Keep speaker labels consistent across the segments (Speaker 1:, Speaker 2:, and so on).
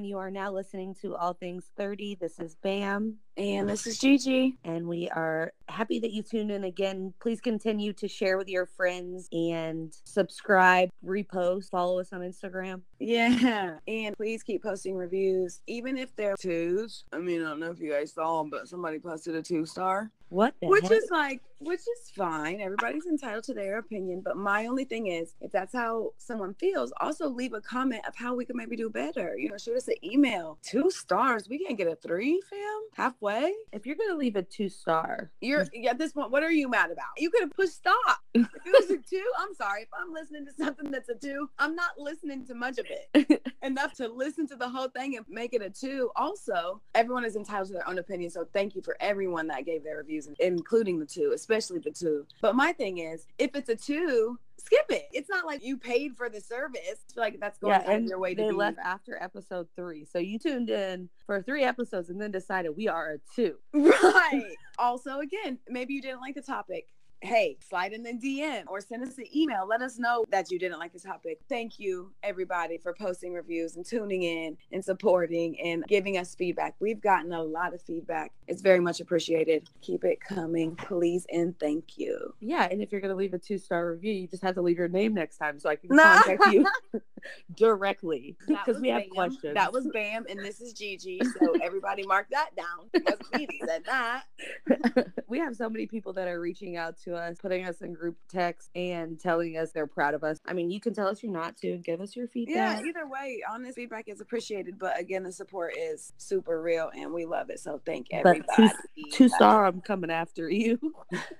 Speaker 1: You are now listening to All Things 30. This is Bam,
Speaker 2: And this is Gigi.
Speaker 1: and we are happy that you tuned in again. Please continue to share with your friends and subscribe, repost, follow us on Instagram.
Speaker 2: Yeah. And please keep posting reviews, even if they're twos. I mean, I don't know if you guys saw 'em, but somebody posted a two star,
Speaker 1: What the
Speaker 2: which
Speaker 1: heck?
Speaker 2: is like, which is fine. Everybody's entitled to their opinion. But my only thing is, if that's how someone feels, also leave a comment of how we could maybe do better. You know, shoot us an email. Two stars. We can't get a three, fam. Halfway.
Speaker 1: if you're going to leave a two star,
Speaker 2: You're at this point. What are you mad about? You could have pushed stop. If it was a two, I'm sorry. If I'm listening to something that's a two, I'm not listening to much of it enough to listen to the whole thing and make it a two. Also, everyone is entitled to their own opinion, so thank you for everyone that gave their reviews, including the two, especially the two. But my thing is, if it's a two. Skip it. It's not like you paid for the service. I feel like that's going out
Speaker 1: yeah,
Speaker 2: of
Speaker 1: and
Speaker 2: your way to
Speaker 1: they
Speaker 2: be.
Speaker 1: left after episode three. So you tuned in for three episodes and then decided we are a two.
Speaker 2: Right. also, again, maybe you didn't like the topic. Hey, slide in the DM or send us an email. Let us know that you didn't like the topic. Thank you, everybody, for posting reviews and tuning in and supporting and giving us feedback. We've gotten a lot of feedback. It's very much appreciated. Keep it coming, please, and thank you.
Speaker 1: Yeah, and if you're gonna leave a two star review, you just have to leave your name next time so I can
Speaker 2: No.
Speaker 1: contact you directly
Speaker 2: That
Speaker 1: because
Speaker 2: was
Speaker 1: we have
Speaker 2: Bam.
Speaker 1: questions.
Speaker 2: That was Bam, and this is Gigi. So everybody mark that down. It wasn't me that said that.
Speaker 1: we have so many people that are reaching out to us, putting us in group texts, and telling us they're proud of us. I mean, you can tell us you're not to, and give us your
Speaker 2: Yeah,
Speaker 1: feedback.
Speaker 2: either way, honest feedback is appreciated, but again, the support is super real and we love it. So thank
Speaker 1: But
Speaker 2: everybody.
Speaker 1: two- Two star, I'm coming after you.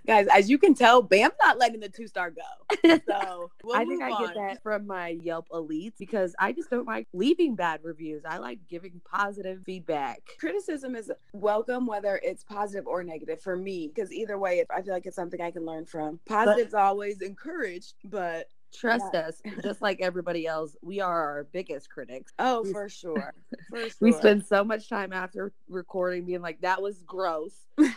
Speaker 2: Guys, as you can tell, Bam's not letting the two star go. So we'll
Speaker 1: I think
Speaker 2: move
Speaker 1: I
Speaker 2: on.
Speaker 1: get that from my Yelp elites because I just don't like leaving bad reviews. I like giving positive feedback.
Speaker 2: Criticism is welcome, whether it's positive or negative for me, because either way, I feel like it's something I can learn from. Positive's always encouraged, but
Speaker 1: Trust us, just like everybody else, we are our biggest critics.
Speaker 2: oh,
Speaker 1: We-
Speaker 2: for sure. For sure.
Speaker 1: We spend so much time after recording being like, that was gross.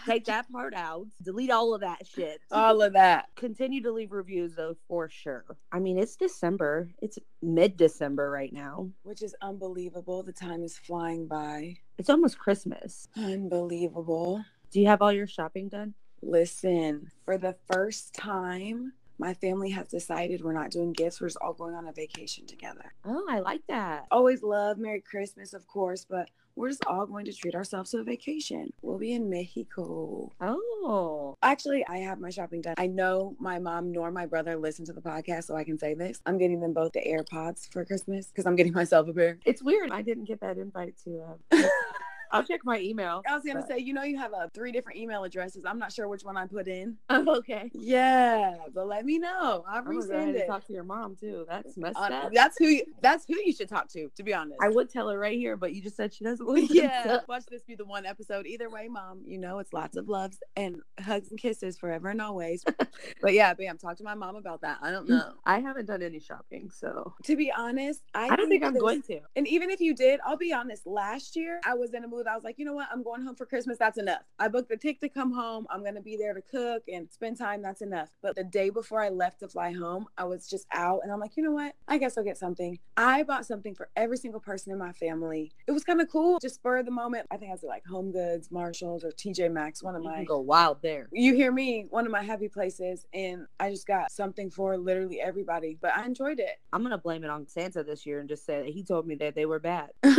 Speaker 1: Take that part out. Delete all of that shit.
Speaker 2: all of that.
Speaker 1: Continue to leave reviews though, for sure. I mean, it's December. It's mid December right now.
Speaker 2: Which is unbelievable. The time is flying by.
Speaker 1: It's almost Christmas.
Speaker 2: Unbelievable.
Speaker 1: Do you have all your shopping done?
Speaker 2: Listen, for the first time, my family has decided we're not doing gifts. We're just all going on a vacation together.
Speaker 1: Oh, I like that.
Speaker 2: Always love Merry Christmas, of course, but we're just all going to treat ourselves to a vacation. We'll be in Mexico.
Speaker 1: Oh,
Speaker 2: Actually, I have my shopping done. I know my mom nor my brother listen to the podcast, so I can say this. I'm getting them both the AirPods for Christmas because I'm getting myself a pair.
Speaker 1: it's weird. I didn't get that invite to. Um,
Speaker 2: I
Speaker 1: I'll check my email.
Speaker 2: was gonna say, you know, you have uh, three different email addresses. I'm not sure which one I put in.
Speaker 1: Oh, okay.
Speaker 2: Yeah, but let me know. I'll
Speaker 1: I'm gonna go ahead
Speaker 2: resend
Speaker 1: and
Speaker 2: it.
Speaker 1: talk to your mom too. That's messed
Speaker 2: Uh,
Speaker 1: up.
Speaker 2: that's who you, that's who you should talk to to be honest
Speaker 1: I would tell her right here, but you just said she doesn't listen.
Speaker 2: yeah
Speaker 1: so-
Speaker 2: watch this be the one episode either way mom you know it's lots of loves and hugs and kisses forever and always but yeah bam talk to my mom about that i don't know
Speaker 1: I haven't done any shopping, so
Speaker 2: to be honest i,
Speaker 1: I don't think I'm
Speaker 2: this-
Speaker 1: going to.
Speaker 2: and even if you did i'll be honest last year i was in a mood i was like you know what i'm going home for christmas that's enough i booked the ticket to come home i'm gonna be there to cook and spend time that's enough but the day before i left to fly home i was just out and i'm like you know what i guess i'll get something i bought something for every single person in my family it was kind of cool just spur of the moment i think i was at, like home goods marshalls or tj maxx one of
Speaker 1: You
Speaker 2: my
Speaker 1: can go wild there.
Speaker 2: you hear me one of my happy places and i just got something for literally everybody but i enjoyed
Speaker 1: I'm gonna blame it on Santa this year and just say that he told me that they were bad,
Speaker 2: it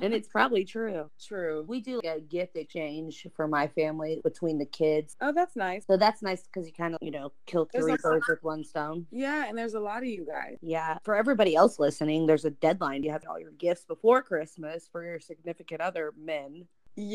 Speaker 1: and it's probably true.
Speaker 2: true
Speaker 1: We do like a gift exchange for my family between the kids,
Speaker 2: oh that's nice
Speaker 1: so that's nice because you kind of you know kill
Speaker 2: There's
Speaker 1: three
Speaker 2: a-
Speaker 1: birds with one stone.
Speaker 2: Yeah, and there's a lot of you guys.
Speaker 1: Yeah. For everybody else listening, there's a deadline. You have all your gifts before Christmas for your significant other men.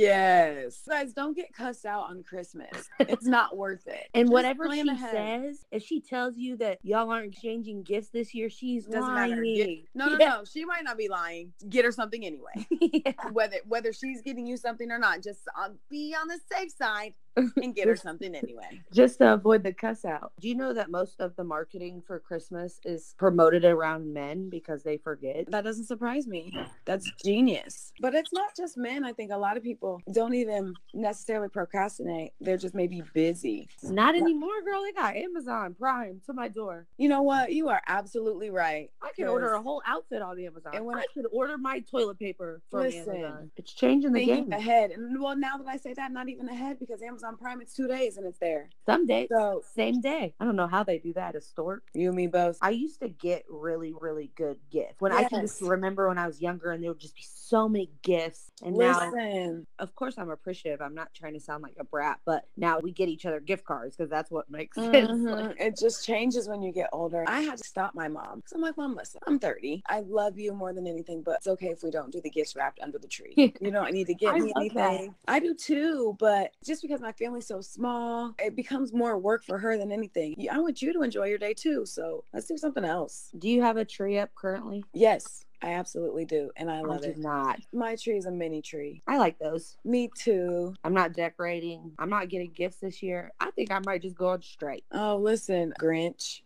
Speaker 2: Yes. Guys, don't get cussed out on Christmas. It's not worth it.
Speaker 1: And
Speaker 2: Just
Speaker 1: whatever
Speaker 2: plan
Speaker 1: she
Speaker 2: ahead.
Speaker 1: says, if she tells you that y'all aren't exchanging gifts this year, she's
Speaker 2: Doesn't
Speaker 1: lying.
Speaker 2: matter. Get- No, no, no. She might not be lying. Get her something anyway.
Speaker 1: Yeah.
Speaker 2: Whether whether she's getting you something or not, just um, be uh, on the safe side. and get her something anyway.
Speaker 1: just to avoid the cuss out. Do you know that most of the marketing for Christmas is promoted around men because they forget?
Speaker 2: That doesn't surprise me. That's genius. But it's not just men. I think a lot of people don't even necessarily procrastinate. They're just maybe busy.
Speaker 1: Not anymore, girl. They got Amazon Prime to my door.
Speaker 2: You know what? You are absolutely right.
Speaker 1: I can order a whole outfit on Amazon.
Speaker 2: And
Speaker 1: And
Speaker 2: when
Speaker 1: when
Speaker 2: I-
Speaker 1: I could order my toilet paper from
Speaker 2: Listen,
Speaker 1: Amazon. It's changing the
Speaker 2: Thinking
Speaker 1: game.
Speaker 2: ahead. And well, now that I say that, not even ahead because Amazon Prime, it's two days and it's there.
Speaker 1: Some days,
Speaker 2: So
Speaker 1: same day. I don't know how they do that. A stork.
Speaker 2: you and me both.
Speaker 1: I used to get really, really good gifts. When I can just
Speaker 2: Yes.
Speaker 1: remember when I was younger, and there would just be so many gifts. And now,
Speaker 2: Listen,
Speaker 1: of course, I'm appreciative. I'm not trying to sound like a brat, but now we get each other gift cards because that's what makes sense.
Speaker 2: Mhm. it just changes when you get older. I had to stop my mom. So I'm like, Mom, listen, I'm 30. I love you more than anything, but it's okay if we don't do the gifts wrapped under the tree. you don't need to get
Speaker 1: I
Speaker 2: me
Speaker 1: love that.
Speaker 2: anything. I do too, but just because my family's so small, it becomes more work for her than anything. You- I want you to enjoy your day too. So let's do something else.
Speaker 1: Do you have a tree up currently?
Speaker 2: Yes, I absolutely do. And I
Speaker 1: I,
Speaker 2: love
Speaker 1: do
Speaker 2: it.
Speaker 1: not.
Speaker 2: My tree is a mini tree.
Speaker 1: I like those.
Speaker 2: Me too.
Speaker 1: I'm not decorating. I'm not getting gifts this year. I think I might just go on strike.
Speaker 2: Oh, listen, Grinch.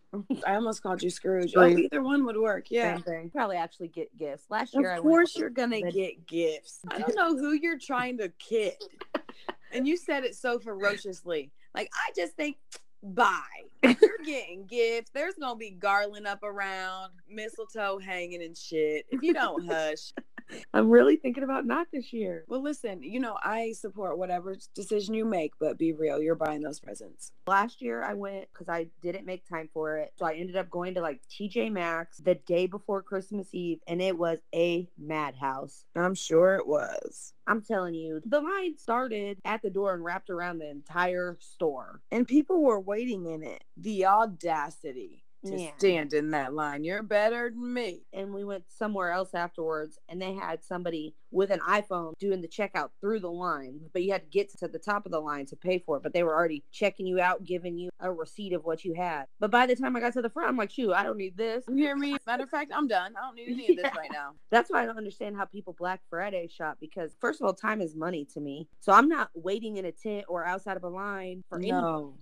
Speaker 2: I almost called you Scrooge. Oh,
Speaker 1: Right.
Speaker 2: either one would work. Yeah.
Speaker 1: Same thing. Probably actually get gifts. Last year, I
Speaker 2: Of course,
Speaker 1: went,
Speaker 2: you're gonna
Speaker 1: But-
Speaker 2: get gifts. I don't know who you're trying to kid, and you said it so ferociously. Like I just think, bye. You're getting gifts. There's gonna be garland up around, mistletoe hanging and shit. If you don't hush.
Speaker 1: I'm really thinking about not this year.
Speaker 2: Well, listen. You know I support whatever decision you make, but be real. You're buying those presents.
Speaker 1: Last year I went because I didn't make time for it. So I ended up going to like TJ Maxx the day before Christmas Eve and it was a madhouse.
Speaker 2: I'm sure it was.
Speaker 1: I'm telling you, the line started at the door and wrapped around the entire store.
Speaker 2: and people were waiting in it. The audacity to
Speaker 1: Man.
Speaker 2: stand in that line. You're better than me.
Speaker 1: And we went somewhere else afterwards and they had somebody with an iPhone doing the checkout through the line, but you had to get to the top of the line to pay for it. But they were already checking you out, giving you a receipt of what you had. But by the time I got to the front, I'm like, shoot, I don't need this.
Speaker 2: You hear me? Matter of fact, I'm done. I don't need any of this
Speaker 1: Yeah.
Speaker 2: right now.
Speaker 1: That's why I don't understand how people Black Friday shop because first of all, time is money to me. So I'm not waiting in a tent or outside of a line for anything.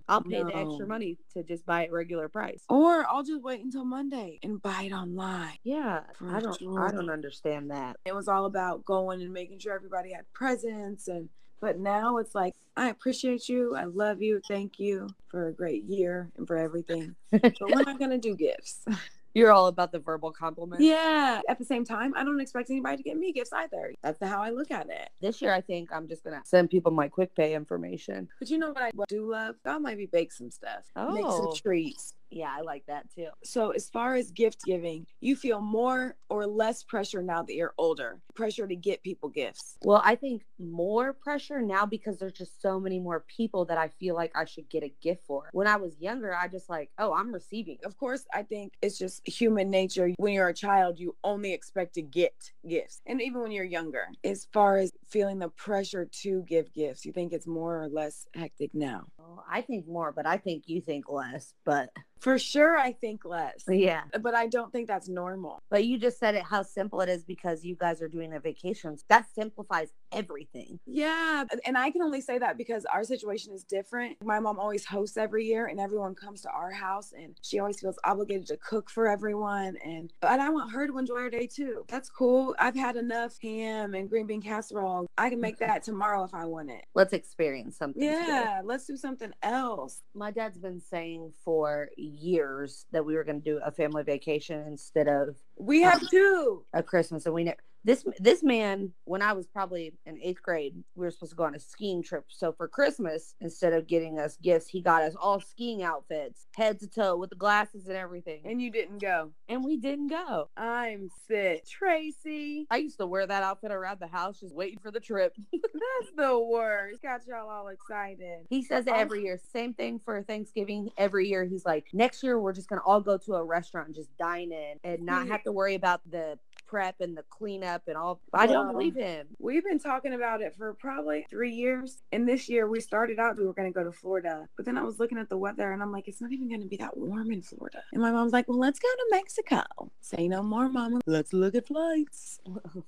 Speaker 1: I'll pay the
Speaker 2: no.
Speaker 1: extra money to just buy it regular price.
Speaker 2: Or I'll just wait until Monday and buy it online.
Speaker 1: Yeah,
Speaker 2: For
Speaker 1: I don't.
Speaker 2: sure.
Speaker 1: I don't understand that.
Speaker 2: It was all about going and making sure everybody had presents and but now it's like I appreciate you. I love you. Thank you for a great year and for everything. But we're not gonna do gifts.
Speaker 1: You're all about the verbal compliment.
Speaker 2: Yeah. At the same time, I don't expect anybody to get me gifts either. That's how I look at it.
Speaker 1: This year, I think I'm just gonna send people my quick pay information.
Speaker 2: But you know what I do love? God might be bake some stuff, make some
Speaker 1: Oh.
Speaker 2: treats.
Speaker 1: Yeah, I like that too.
Speaker 2: So as far as gift giving, you feel more or less pressure now that you're older. Pressure to get people gifts.
Speaker 1: Well, I think more pressure now because there's just so many more people that I feel like I should get a gift for. When I was younger, I just like, oh, I'm receiving.
Speaker 2: Of course, I think it's just human nature. When you're a child, you only expect to get gifts. And even when you're younger, as far as feeling the pressure to give gifts, you think it's more or less hectic now.
Speaker 1: Oh, I think more, but I think you think less. But
Speaker 2: For sure, I think less.
Speaker 1: yeah,
Speaker 2: But I don't think that's normal.
Speaker 1: but you just said it how simple it is because you guys are doing a vacation. That simplifies everything.
Speaker 2: Yeah, and I can only say that because our situation is different. My mom always hosts every year, and everyone comes to our house, and she always feels obligated to cook for everyone. And but I want her to enjoy her day too. That's cool. I've had enough ham and green bean casserole. I can make that tomorrow if I want it.
Speaker 1: Let's experience something. together.
Speaker 2: Yeah, let's do something else.
Speaker 1: My dad's been saying for years that we were going to do a family vacation instead of
Speaker 2: We have two.
Speaker 1: a Christmas, and we never. This this man, when I was probably in eighth grade, we were supposed to go on a skiing trip. So for Christmas, instead of getting us gifts, he got us all skiing outfits, head to toe, with the glasses and everything, and,
Speaker 2: And you didn't go.
Speaker 1: and we didn't go.
Speaker 2: I'm sick. Tracy,
Speaker 1: I used to wear that outfit around the house, just waiting for the trip.
Speaker 2: that's the worst. Got y'all all excited.
Speaker 1: He says it every year. Same thing for Thanksgiving every year. He's like, next year we're just gonna all go to a restaurant and just dine in and not have to worry about the prep and the cleanup and all. I don't
Speaker 2: Well,
Speaker 1: believe him.
Speaker 2: We've been talking about it for probably three years. And this year we started out, we were going to go to Florida. But then I was looking at the weather and I'm like, it's not even going to be that warm in Florida. And my mom's like, well, let's go to Mexico. Say no more, mama. Let's look at flights.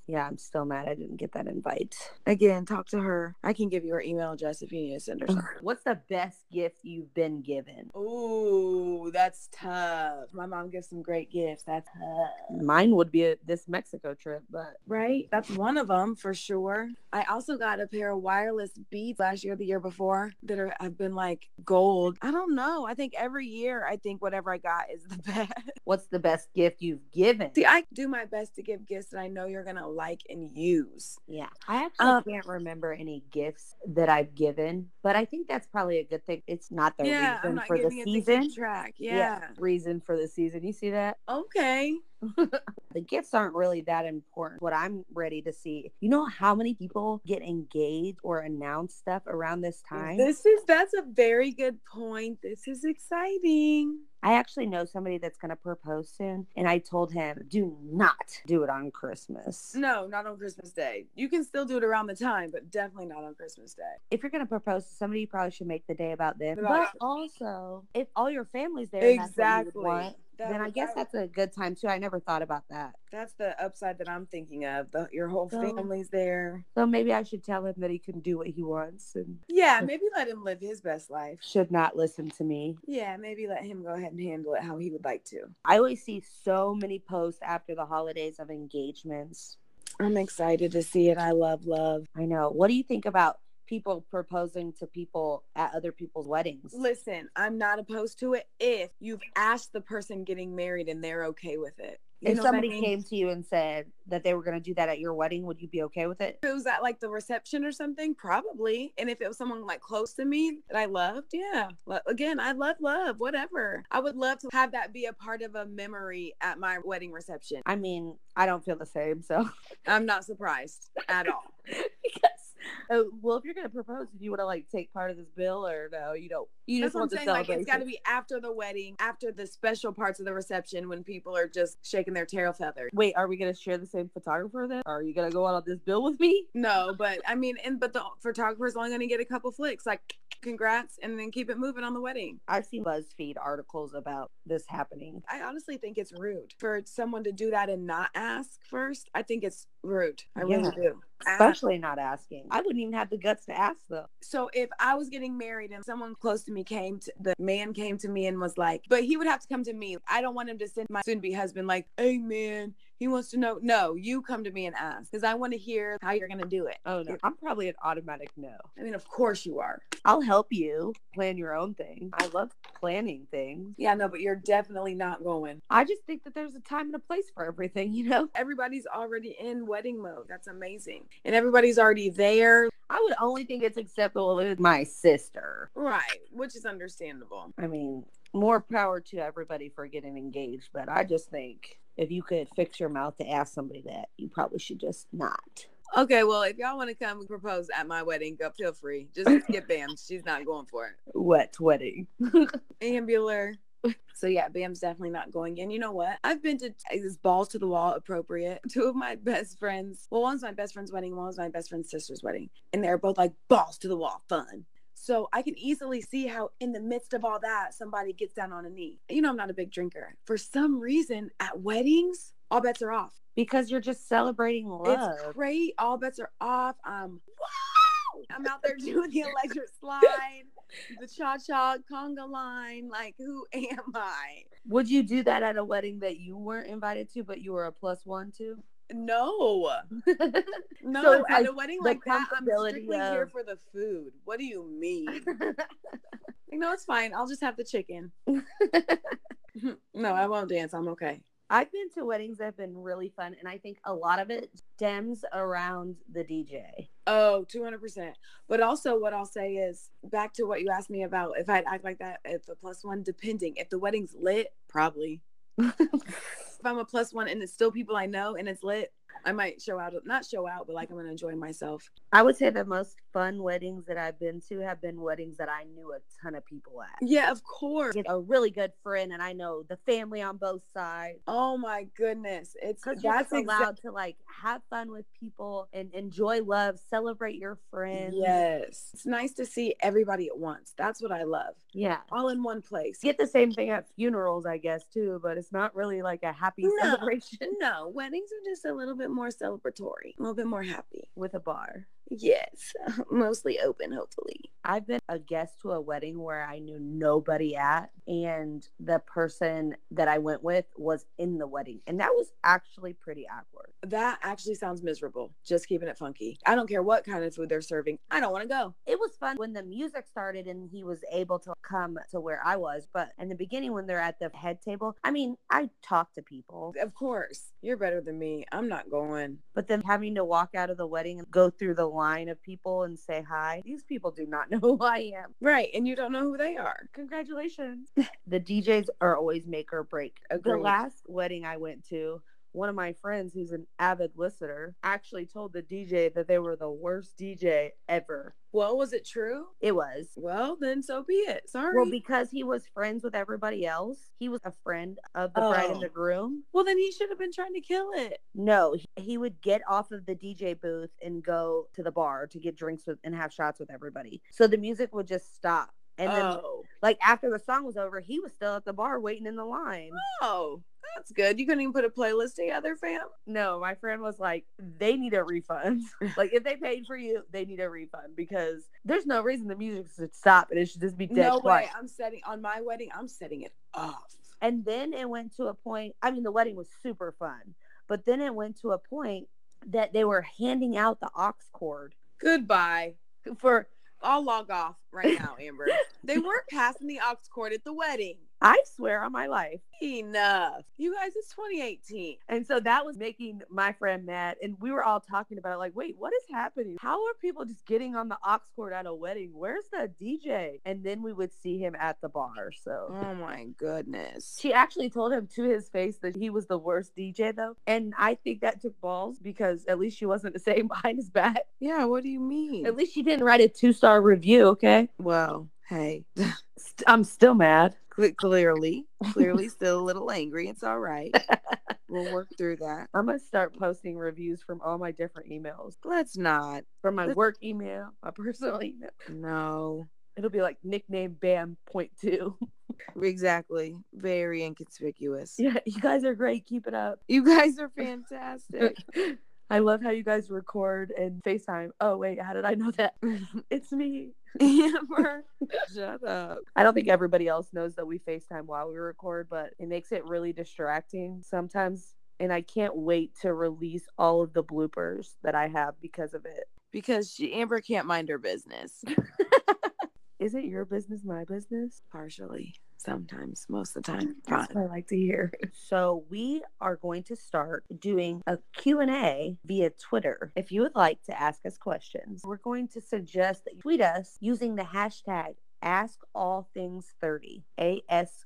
Speaker 1: Yeah, I'm still mad. I didn't get that invite. Again,
Speaker 2: Talk to her. I can give you her email address if you need to send her something.
Speaker 1: what's the best gift you've been given?
Speaker 2: Ooh, that's tough. My mom gives some great gifts. That's tough.
Speaker 1: Mine would be a, this Mexico trip, but
Speaker 2: Right? That's one of them for sure. I also got a pair of wireless beads last year, the year before, that are, have been like gold. I don't know. I think every year, I think whatever I got is the best.
Speaker 1: what's the best gift you've given?
Speaker 2: See, I do my best to give gifts that I know you're going to like and use.
Speaker 1: Yeah, I actually
Speaker 2: Um,
Speaker 1: can't remember any gifts that I've given, but I think that's probably a good thing. It's not the
Speaker 2: yeah, I'm
Speaker 1: reason
Speaker 2: not
Speaker 1: for the
Speaker 2: giving it the
Speaker 1: season.
Speaker 2: good track. yeah.
Speaker 1: reason for the season. You see that?
Speaker 2: Okay.
Speaker 1: The gifts aren't really that important. What I'm ready to see, you know, how many people get engaged or announce stuff around this time?
Speaker 2: This is, that's a very good point. This is exciting.
Speaker 1: I actually know somebody that's going to propose soon, and I told him, do not do it on Christmas.
Speaker 2: No, not on Christmas Day. You can still do it around the time, but definitely not on Christmas Day.
Speaker 1: If you're going to propose to somebody, you probably should make the day about them.
Speaker 2: Right.
Speaker 1: But also, if all your family's there, and that's what you would
Speaker 2: Exactly.
Speaker 1: want,
Speaker 2: That-
Speaker 1: then I guess
Speaker 2: that-
Speaker 1: that's a good time too. I never thought about that.
Speaker 2: that's the upside that I'm thinking of. The, your whole
Speaker 1: So-
Speaker 2: family's there.
Speaker 1: So maybe I should tell him that he can do what he wants and
Speaker 2: Yeah, maybe let him live his best life.
Speaker 1: should not listen to me.
Speaker 2: Yeah, maybe let him go ahead and handle it how he would like to.
Speaker 1: I always see so many posts after the holidays of engagements.
Speaker 2: I'm excited to see it. I love love.
Speaker 1: I know. What do you think about people proposing to people at other people's weddings?
Speaker 2: Listen, I'm not opposed to it if you've asked the person getting married and they're okay with it. You
Speaker 1: if
Speaker 2: know what I
Speaker 1: somebody
Speaker 2: mean?
Speaker 1: came to you and said that they were going to do that at your wedding, would you be okay with it?
Speaker 2: If it was at like the reception or something, probably. And if it was someone like close to me that I loved, yeah. Lo- Again, I love love, whatever. I would love to have that be a part of a memory at my wedding reception.
Speaker 1: I mean, I don't feel the same. So,
Speaker 2: I'm not surprised at all.
Speaker 1: Because- oh, well, if you're going to propose, do you want to like take part of this bill or no? You don't. You
Speaker 2: That's
Speaker 1: just
Speaker 2: what I'm
Speaker 1: want the
Speaker 2: saying. Like,
Speaker 1: celebration.
Speaker 2: it's got to be after the wedding, after the special parts of the reception when people are just shaking their tail feathers.
Speaker 1: Wait, are we going to share the same photographer then? Are you going to go out on this bill with me?
Speaker 2: No, but I mean, and but the photographer's only going to get a couple flicks. Like, congrats, and then keep it moving on the wedding.
Speaker 1: I've seen BuzzFeed articles about this happening.
Speaker 2: I honestly think it's rude for someone to do that and not ask first. I think it's rude. I
Speaker 1: Yeah.
Speaker 2: really do. Ask.
Speaker 1: Especially not asking. Ah. I wouldn't even have the guts to ask them.
Speaker 2: So if I was getting married and someone close to me came to the man came to me and was like, but he would have to come to me. I don't want him to send my soon to be husband like, hey man, he wants to know. No, you come to me and ask because I want to hear how you're gonna do it.
Speaker 1: Oh no, I'm probably an automatic no.
Speaker 2: I mean, of course you are.
Speaker 1: I'll help you plan your own thing. I love planning things.
Speaker 2: Yeah, no, but you're definitely not going.
Speaker 1: I just think that there's a time and a place for everything, you know?
Speaker 2: Everybody's already in wedding mode. That's amazing. And everybody's already there.
Speaker 1: I would only think it's acceptable with my sister.
Speaker 2: Right, which is understandable.
Speaker 1: I mean, more power to everybody for getting engaged, but I just think if you could fix your mouth to ask somebody that, you probably should just not.
Speaker 2: Okay, well, if y'all want to come and propose at my wedding, go feel free. Just get Bam. She's not going for it.
Speaker 1: What wedding?
Speaker 2: Ambular. So yeah, Bam's definitely not going. And you know what? I've been to is balls to the wall appropriate. Two of my best friends. Well, one's my best friend's wedding, one's my best friend's sister's wedding. And they're both like balls to the wall fun. So I can easily see how in the midst of all that, somebody gets down on a knee. You know, I'm not a big drinker. For some reason, at weddings, all bets are off.
Speaker 1: Because you're just celebrating love.
Speaker 2: It's great. All bets are off. Um, wow! I'm out there doing the electric slide, the cha cha conga line. Like, who am I?
Speaker 1: Would you do that at a wedding that you weren't invited to, but you were a plus one to?
Speaker 2: No, no.
Speaker 1: So it's
Speaker 2: at
Speaker 1: like
Speaker 2: a wedding like that, I'm
Speaker 1: comfortability
Speaker 2: strictly here
Speaker 1: of-
Speaker 2: for the food. What do you mean? Like, no, it's fine. I'll just have the chicken. no, I won't dance. I'm okay.
Speaker 1: I've been to weddings that have been really fun, and I think a lot of it stems around the DJ.
Speaker 2: Oh, 200%. But also, what I'll say is back to what you asked me about if I'd act like that at the plus one, depending. If the wedding's lit, probably. if I'm a plus one and it's still people I know and it's lit, I might show out, not show out, but like I'm gonna enjoy myself.
Speaker 1: I would say the most fun weddings that I've been to have been weddings that I knew a ton of people at.
Speaker 2: Yeah, of course.
Speaker 1: Get a really good friend, and I know the family on both sides.
Speaker 2: Oh my goodness, it's
Speaker 1: Because you're
Speaker 2: that's
Speaker 1: just
Speaker 2: exactly.
Speaker 1: allowed to like have fun with people and enjoy love, celebrate your friends.
Speaker 2: Yes, it's nice to see everybody at once. That's what I love.
Speaker 1: Yeah.
Speaker 2: All in one place.
Speaker 1: Get the same thing at funerals, I guess, too, but it's not really like a happy
Speaker 2: No.
Speaker 1: celebration
Speaker 2: No, weddings are just a little bit more celebratory, a little bit more happy.
Speaker 1: with a bar.
Speaker 2: Yes, mostly open, hopefully.
Speaker 1: I've been a guest to a wedding where I knew nobody at, and the person that I went with was in the wedding, and that was actually pretty awkward.
Speaker 2: That actually sounds miserable. Just keeping it funky. I don't care what kind of food they're serving. I don't want to go.
Speaker 1: It was fun when the music started and he was able to come to where I was, but in the beginning, when they're at the head table, I mean, I talked to people,
Speaker 2: Of course, you're better than me. I'm not going.
Speaker 1: but then having to walk out of the wedding and go through the line of people and say hi, these people do not know who I am.
Speaker 2: Right. And you don't know who they are.
Speaker 1: congratulations. the DJs are always make or break. The
Speaker 2: Agreed.
Speaker 1: last wedding I went to, one of my friends who's an avid listener actually told the DJ that they were the worst DJ ever.
Speaker 2: Well, was it true?
Speaker 1: It was.
Speaker 2: Well, then so be it. Sorry.
Speaker 1: Well, because he was friends with everybody else, he was a friend of the bride and
Speaker 2: Oh.
Speaker 1: the groom.
Speaker 2: well, then he should have been trying to kill it.
Speaker 1: No, he- he would get off of the DJ booth and go to the bar to get drinks with and have shots with everybody. So the music would just stop. And then,
Speaker 2: oh.
Speaker 1: like, after the song was over, he was still at the bar waiting in the line.
Speaker 2: oh, that's good. You couldn't even put a playlist together, fam.
Speaker 1: No, my friend was like, they need a refund. like, if they paid for you, they need a refund because there's no reason the music should stop and it should just be dead
Speaker 2: no
Speaker 1: quiet.
Speaker 2: way. I'm setting on my wedding. I'm setting it off.
Speaker 1: And then it went to a point, I mean, the wedding was super fun, but then it went to a point that they were handing out the ox cord
Speaker 2: Goodbye.
Speaker 1: for,
Speaker 2: I'll log off right now, Amber. they were passing the ox cord at the wedding.
Speaker 1: I swear on my life.
Speaker 2: Enough. You guys, it's 2018.
Speaker 1: And so that was making my friend mad. And we were all talking about it like, wait, what is happening? How are people just getting on the ox cord at a wedding? Where's the DJ? And then we would see him at the bar. So.
Speaker 2: Oh my goodness.
Speaker 1: She actually told him to his face that he was the worst DJ, though. And I think that took balls because at least she wasn't saying behind his back.
Speaker 2: Yeah, what do you mean?
Speaker 1: At least she didn't write a two star review, okay?
Speaker 2: well, hey,
Speaker 1: St- I'm still mad.
Speaker 2: cle- clearly, clearly still a little angry. It's all right. we'll work through that.
Speaker 1: I'm going to start posting reviews from all my different emails
Speaker 2: Let's not.
Speaker 1: from my work email, my personal email.
Speaker 2: No.
Speaker 1: It'll be like nickname bam point two.
Speaker 2: Exactly. Very inconspicuous.
Speaker 1: Yeah, you guys are great. Keep it up.
Speaker 2: You guys are fantastic.
Speaker 1: I love how you guys record and FaceTime. Oh, wait, how did I know that? It's me.
Speaker 2: Amber, shut up.
Speaker 1: I don't think everybody else knows that we FaceTime while we record, but it makes it really distracting sometimes. And I can't wait to release all of the bloopers that I have because of it.
Speaker 2: Because she Amber can't mind her business.
Speaker 1: Is it your business, my business?
Speaker 2: Partially. Sometimes. Most of the time.
Speaker 1: That's
Speaker 2: Fine.
Speaker 1: what I like to hear. So we are going to start doing a Q&A via Twitter. If you would like to ask us questions, we're going to suggest that you tweet us using the hashtag ask all things 30 ask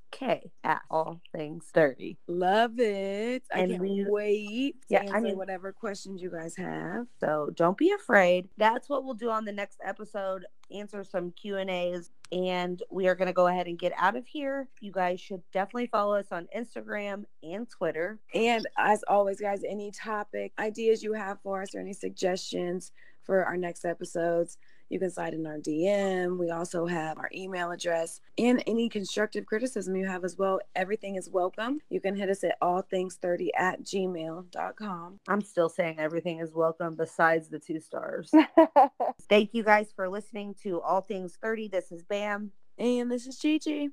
Speaker 1: at all things 30
Speaker 2: Love it. I
Speaker 1: And
Speaker 2: can't
Speaker 1: we-
Speaker 2: wait to
Speaker 1: Yeah, I
Speaker 2: answer
Speaker 1: mean-
Speaker 2: whatever questions you guys have.
Speaker 1: So don't be afraid. That's what we'll do on the next episode. Answer some Q and A's, and we are going to go ahead and get out of here. You guys should definitely follow us on Instagram and Twitter.
Speaker 2: And as always, guys, any topic ideas you have for us or any suggestions for our next episodes, you can slide in our DM. We also have our email address and any constructive criticism you have as well. Everything is welcome. You can hit us at allthings30 at gmail.com.
Speaker 1: I'm still saying everything is welcome besides the two stars. Thank you guys for listening to All Things 30. This is Bam.
Speaker 2: And this is Gigi.